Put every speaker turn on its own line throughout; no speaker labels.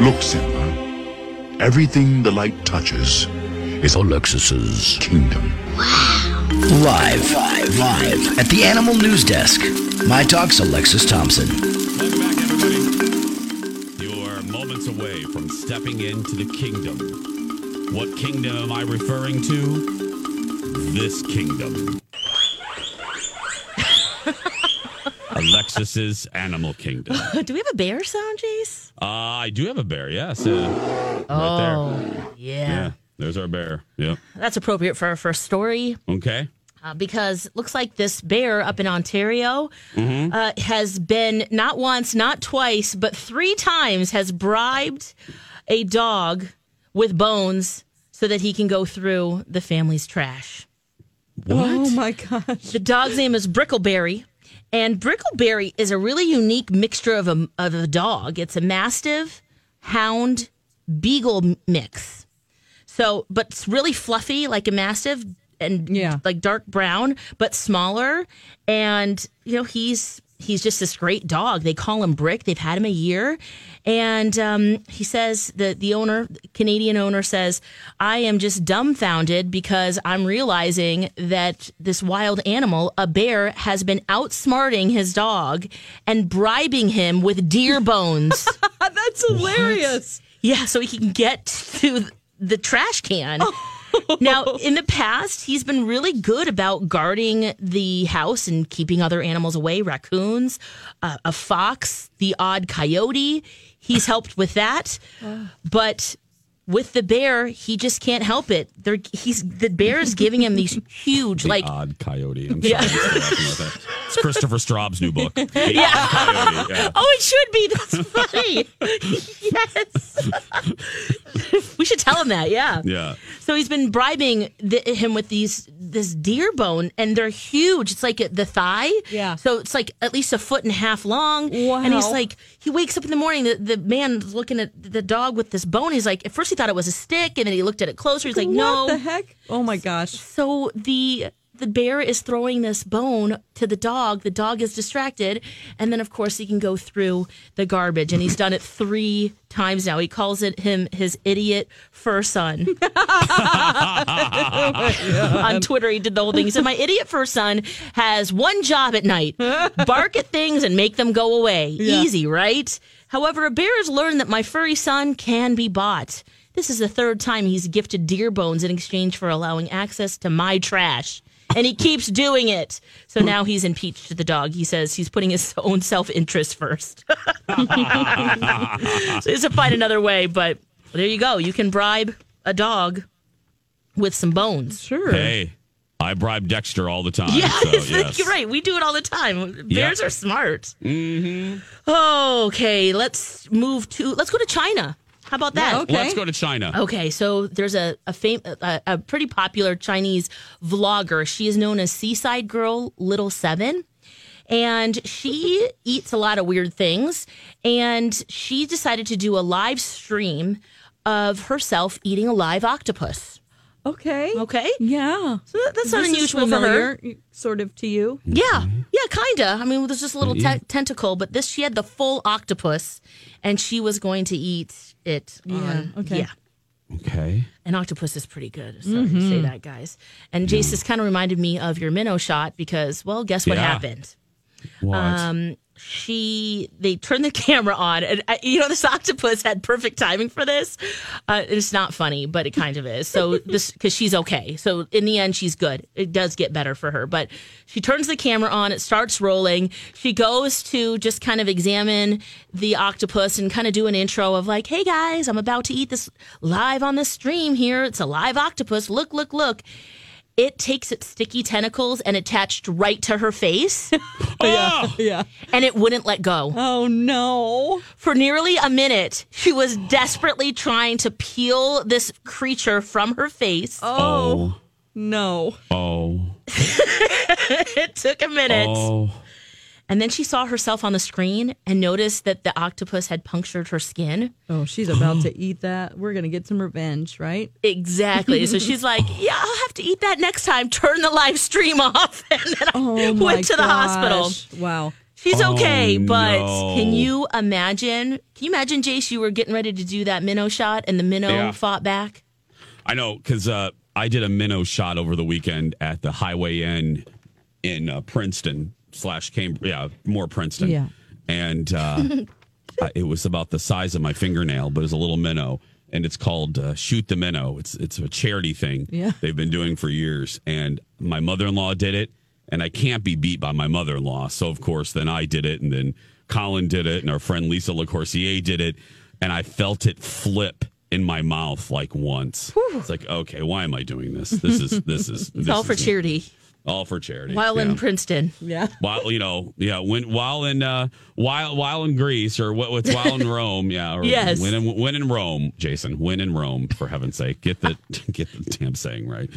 Look, Simba. Everything the light touches is Alexis's kingdom.
Live, live, live at the Animal News Desk. My talk's Alexis Thompson.
Welcome back, everybody. You are moments away from stepping into the kingdom. What kingdom am I referring to? This kingdom. Alexis's animal kingdom. Uh,
Do we have a bear sound, Jace?
I do have a bear. Yes. Uh,
Oh.
right there.
yeah.
Yeah. There's our bear. Yep.
That's appropriate for our first story
Okay.
uh, because it looks like this bear up in Ontario
Mm-hmm.
uh, has been not once, not twice, but three times has bribed a dog with bones so that he can go through the family's trash. Oh
What?
my gosh.
The dog's name is Brickleberry. And Brickleberry is a really unique mixture of a, of a dog. It's a mastiff, hound, beagle m- mix. So, but it's really fluffy like a mastiff and
Yeah.
like dark brown, but smaller. And, you know, he's he's just this great dog. They call him Brick. They've had him a year. And um, he says, the, the owner, Canadian owner says, I am just dumbfounded because I'm realizing that this wild animal, a bear, has been outsmarting his dog and bribing him with deer bones.
Uh, That's hilarious.
Yeah, so he can get to the trash can. now, in the past, he's been really good about guarding the house and keeping other animals away raccoons, uh, a fox, the odd coyote. He's helped with that. But with the bear, he just can't help it. They're, he's the bear is giving him these huge,
The
like
odd coyote. I'm sorry. I'm still laughing about that. It's Christopher Straub's new book. The Odd Coyote. Yeah.
Oh, it should be. That's funny. yes. we should tell him that. Yeah.
Yeah.
So he's been bribing the, him with these this deer bone, and they're huge. It's like the thigh.
Yeah.
So it's like at least a foot and a half long.
Wow.
And he's like, he wakes up in the morning. The, the man's looking at the dog with this bone. He's like, at first he thought it was a stick, and then he looked at it closer. He's like,
what
no.
the heck? Oh my gosh.
So the the bear is throwing this bone to the dog. The dog is distracted, and then of course he can go through the garbage. And he's done it three times now. He calls it him his idiot fur son. On Twitter, he did the whole thing. He said, "My idiot fur son has one job at night: bark at things and make them go away. Easy, right?" However, a bear has learned that my furry son can be bought. This is the third time he's gifted deer bones in exchange for allowing access to my trash. And he keeps doing it. So now he's impeached the dog. He says he's putting his own self interest first. so he has to find another way, but there you go. You can bribe a dog with some bones.
Sure.
Hey, I bribe Dexter all the time.
Yeah,
so,
it's like,
yes.
you're right. We do it all the time.
Yeah.
Bears are smart. Mm-hmm. Okay, let's move to let's go to China. How about that?
okay.
Let's go to China.
Okay, Oh. so there's a a, fam- a a pretty popular Chinese vlogger. She is known as Seaside Girl Little Seven, and she eats a lot of weird things. And she decided to do a live stream of herself eating a live octopus.
Okay.
Okay,
Yeah.
so that- that's not
This is
unusual for her.
familiar, Sort of to you.
Yeah, yeah, kinda. I mean, there's just a little te- tentacle, but this she had the full octopus, and she was going to eat it. on-
okay.
Yeah.
Okay.
An octopus is pretty good. Sorry to say that, guys. And Jace, this kind of reminded me of your minnow shot because, well, guess what
Yeah.
happened?
What?
She, they turned the camera on, and I, you know this octopus had perfect timing for this. Uh, it's not funny, but it kind of is. So this because she's okay. So in the end, she's good. It does get better for her, but she turns the camera on. It starts rolling. She goes to just kind of examine the octopus and kind of do an intro of like, "Hey guys, I'm about to eat this live on the stream here. It's a live octopus. Look, look, look." It takes its sticky tentacles and attached right to her face,
oh!
Yeah.
and it wouldn't let go.
Oh no.
For nearly a minute, she was desperately trying to peel this creature from her face.
Oh.
No.
Oh.
It took a minute.
Oh.
And then she saw herself on the screen and noticed that the octopus had punctured her skin.
Oh, she's about to eat that. We're gonna get some revenge, right?
Exactly. so she's like, Yeah, I'll have to eat that next time. Turn the live stream off. And then I
Oh my
went to the hospital.
gosh. Wow.
She's
Oh,
okay, but
no.
can you imagine? Can you imagine, Jace? You were getting ready to do that minnow shot, and the minnow
Yeah.
fought back.
I know because uh, I did a minnow shot over the weekend at the Highway Inn in uh, Princeton slash Cambridge. Yeah, more Princeton.
Yeah.
And uh, uh, it was about the size of my fingernail, but it was a little minnow. And it's called uh, Shoot the Minnow. It's it's a charity thing
Yeah.
they've been doing for years. And my mother in law did it, and I can't be beat by my mother in law. So of course, then I did it, and then Colin did it, and our friend Lisa LaCourcier did it, and I felt it flip in my mouth like once. It's like, okay, why am I doing this? This is this is
It's
this
all for
is-
charity.
All for charity.
While
yeah
in Princeton,
Yeah.
while you know, yeah, when while in uh, while while in Greece or what what's while in Rome, yeah, or
Yes.
when in when in Rome, Jason, when in Rome, for heaven's sake, get the get the damn saying right.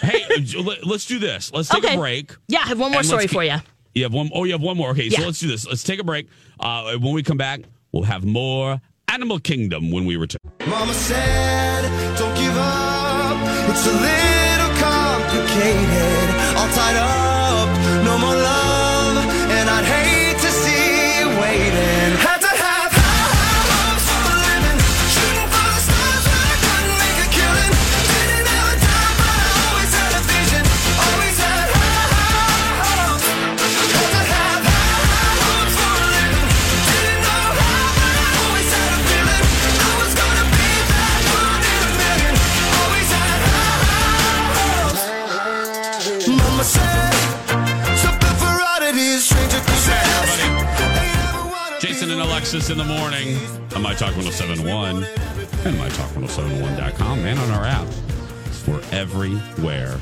Hey, let- let's do this. Let's take
Okay.
a break.
yeah. I have one more
And let's
story
keep-
for you.
You have one oh you have one more. Okay, so
Yeah.
let's do this. Let's take a break. Uh, when we come back, we'll have more Animal Kingdom when we return.
Mama said, don't give up. It's a little complicated. All tied up, no more love. And I'd hate to see you waiting. Had to have high, high hopes for a living. Shooting for the stars when I couldn't make a killing. Didn't have a time, but I always had a vision. Always had high, high hopes. Had to have high, high hopes for a living. Didn't know how, but I always had a feeling. I was gonna be that one in a million. Always had high, high hopes. Mama said, something for oddities, stranger to sales. They never wanna be
Jason and Alexis in the morning on My Talk 1071 and MyTalk1071.com and on our app. We're everywhere.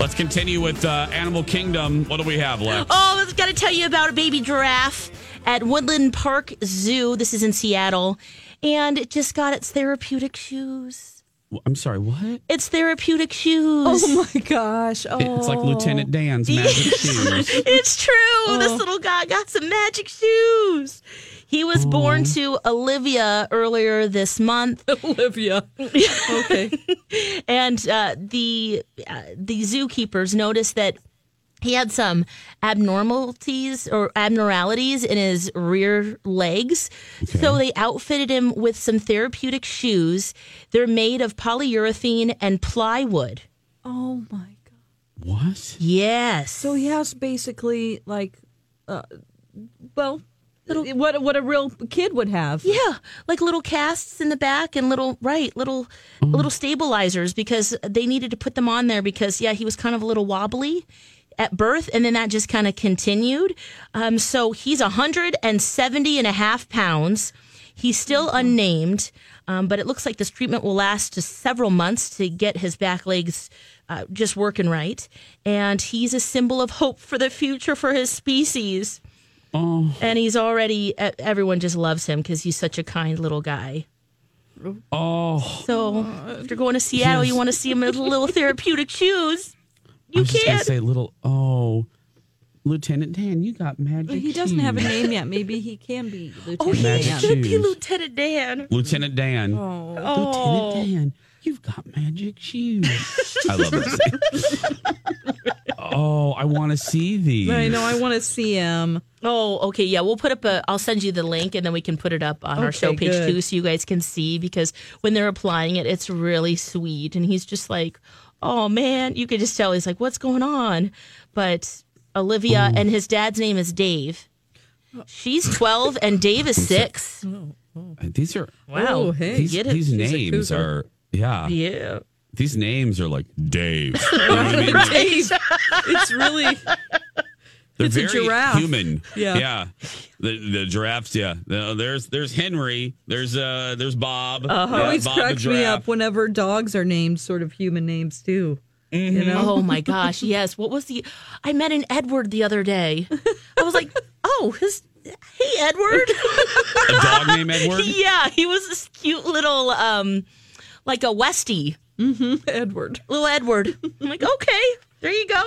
Let's continue with uh, Animal Kingdom. What do we have, Lex?
Oh, I've got to tell you about a baby giraffe at Woodland Park Zoo. This is in Seattle, and it just got its therapeutic shoes.
I'm sorry, what?
It's therapeutic shoes.
Oh my gosh. Oh.
It's like Lieutenant Dan's magic shoes.
It's true.
Oh.
This little guy got some magic shoes. He was born to Olivia earlier this month,
Olivia. okay.
and uh, the uh, the zookeepers noticed that he had some abnormalities or abnormalities in his rear legs. So they outfitted him with some therapeutic shoes. They're made of polyurethane and plywood.
Oh my god.
What?
Yes.
So he has basically like, uh, well, little, what what a real kid would have.
Yeah, like little casts in the back and little right, little little stabilizers because they needed to put them on there because yeah, he was kind of a little wobbly at birth and then that just kind of continued. Um, so he's 170 and a half pounds. He's still unnamed, um, but it looks like this treatment will last to several months to get his back legs uh, just working right. And he's a symbol of hope for the future for his species and he's already e- everyone just loves him because he's such a kind little guy.
Oh,
So if you're going to Seattle, you want to see him in little therapeutic shoes.
I
You
was just gonna
can't.
say, little oh, Lieutenant Dan, you got magic.
He doesn't have a
shoes.
name yet. Maybe he can be Lieutenant
Oh, he
Dan.
Magic
should be
shoes.
Lieutenant Dan.
Lieutenant Dan.
Oh.
Lieutenant Dan, you've got magic shoes. I love that. oh, I want to see these.
I know. I want to see him.
Oh, okay. Yeah, we'll put up a. I'll send you the link, and then we can put it up on our
Okay,
show page
good.
too, so you guys can see. Because when they're applying it, it's really sweet, and he's just like, "Oh man," you could just tell he's like, "What's going on?" But Olivia and his dad's name is Dave. She's twelve, and Dave is six.
these are
Wow.
Oh, hey.
these,
Get it.
these
She's a
names
cougar.
are yeah.
Yeah.
These names are like Dave. You know what I mean? Like,
Dave. it's really
They're
It's a
very
giraffe.
human.
Yeah.
yeah. The, the giraffes. Yeah. Uh, There's there's Henry. There's uh there's Bob. Yeah,
always
Bob the
Uh-huh. cracks me
giraffe.
up whenever dogs are named sort of human names too. You know.
Oh my gosh, yes. What was the? I met an Edward the other day. I was like, oh, his. Hey, Edward.
A dog named Edward.
yeah, he was this cute little, um, like a Westie,
Mm-hmm. Edward.
little Edward. I'm like, okay, there you go,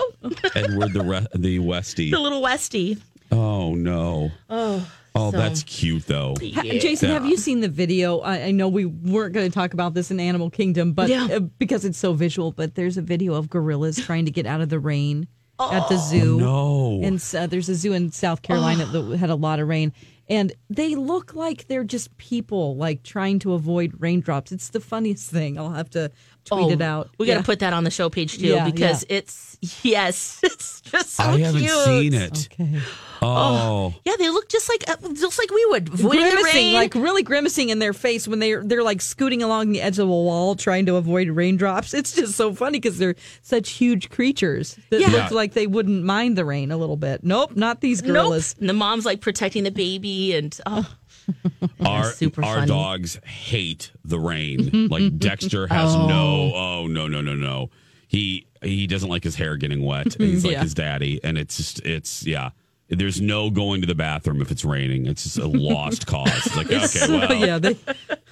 Edward the re- the Westie.
the little Westie.
Oh no. Oh. Oh,
so-
that's cute though.
Ha- Jason, have you seen the video? I, I know we weren't going to talk about this in Animal Kingdom, but
Yeah.
uh, because it's so visual, but there's a video of gorillas trying to get out of the rain at the zoo.
Oh, No.
And uh, there's a zoo in South Carolina
Ah.
that had a lot of rain. And they look like they're just people, like trying to avoid raindrops. It's the funniest thing. I'll have to tweet it out.
Oh, We got to
Yeah.
put that on the show page too
Yeah,
because
yeah.
it's yes, it's just so
I haven't
cute.
seen it.
Okay.
Oh.
Yeah, they look just like uh, just like we would avoiding the
Grimacing,
rain.
like really grimacing in their face when they're they're like scooting along the edge of a wall trying to avoid raindrops. It's just so funny because they're such huge creatures that
Yeah.
look like they wouldn't mind the rain a little bit. Nope, not these
nope.
gorillas.
And the mom's like protecting the baby, and oh,
our
super
our
funny.
dogs hate the rain. like Dexter has no oh no no no no. He he doesn't like his hair getting wet. And he's like
Yeah.
his daddy and it's just it's yeah. There's no going to the bathroom if it's raining. It's just a lost cause. It's like okay, well,
yeah, they,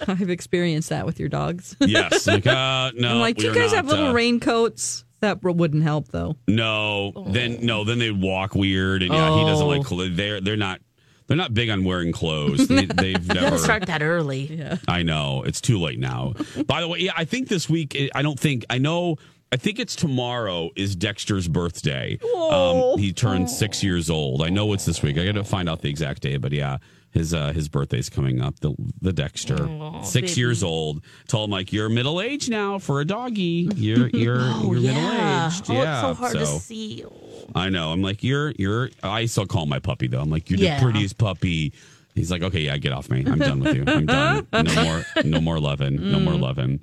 I've experienced that with your dogs.
yes. Like uh, no,
I'm like, do you
we're
guys
not,
have little
uh,
raincoats? That w- wouldn't help though.
No, then no, then they walk weird, and yeah, he doesn't like. clo- They're they're not they're not big on wearing clothes. They, they've never.
start that early.
I know it's too late now. By the way, yeah, I think this week. I don't think I know. I think it's tomorrow is Dexter's birthday. Um, he turned six years old. I know it's this week. I got to find out the exact day, but yeah, his uh, his birthday's coming up. The the Dexter, six years old. Told him like you're middle aged now for a doggy. You're you're you're middle aged.
Oh,
yeah,
it's so hard to see. Oh.
I know. I'm like, you're, you're, I still call my puppy though. I'm like, you're
Yeah.
the prettiest puppy. He's like, okay, yeah, get off me. I'm done with you. I'm done. No more, no more loving. No more loving.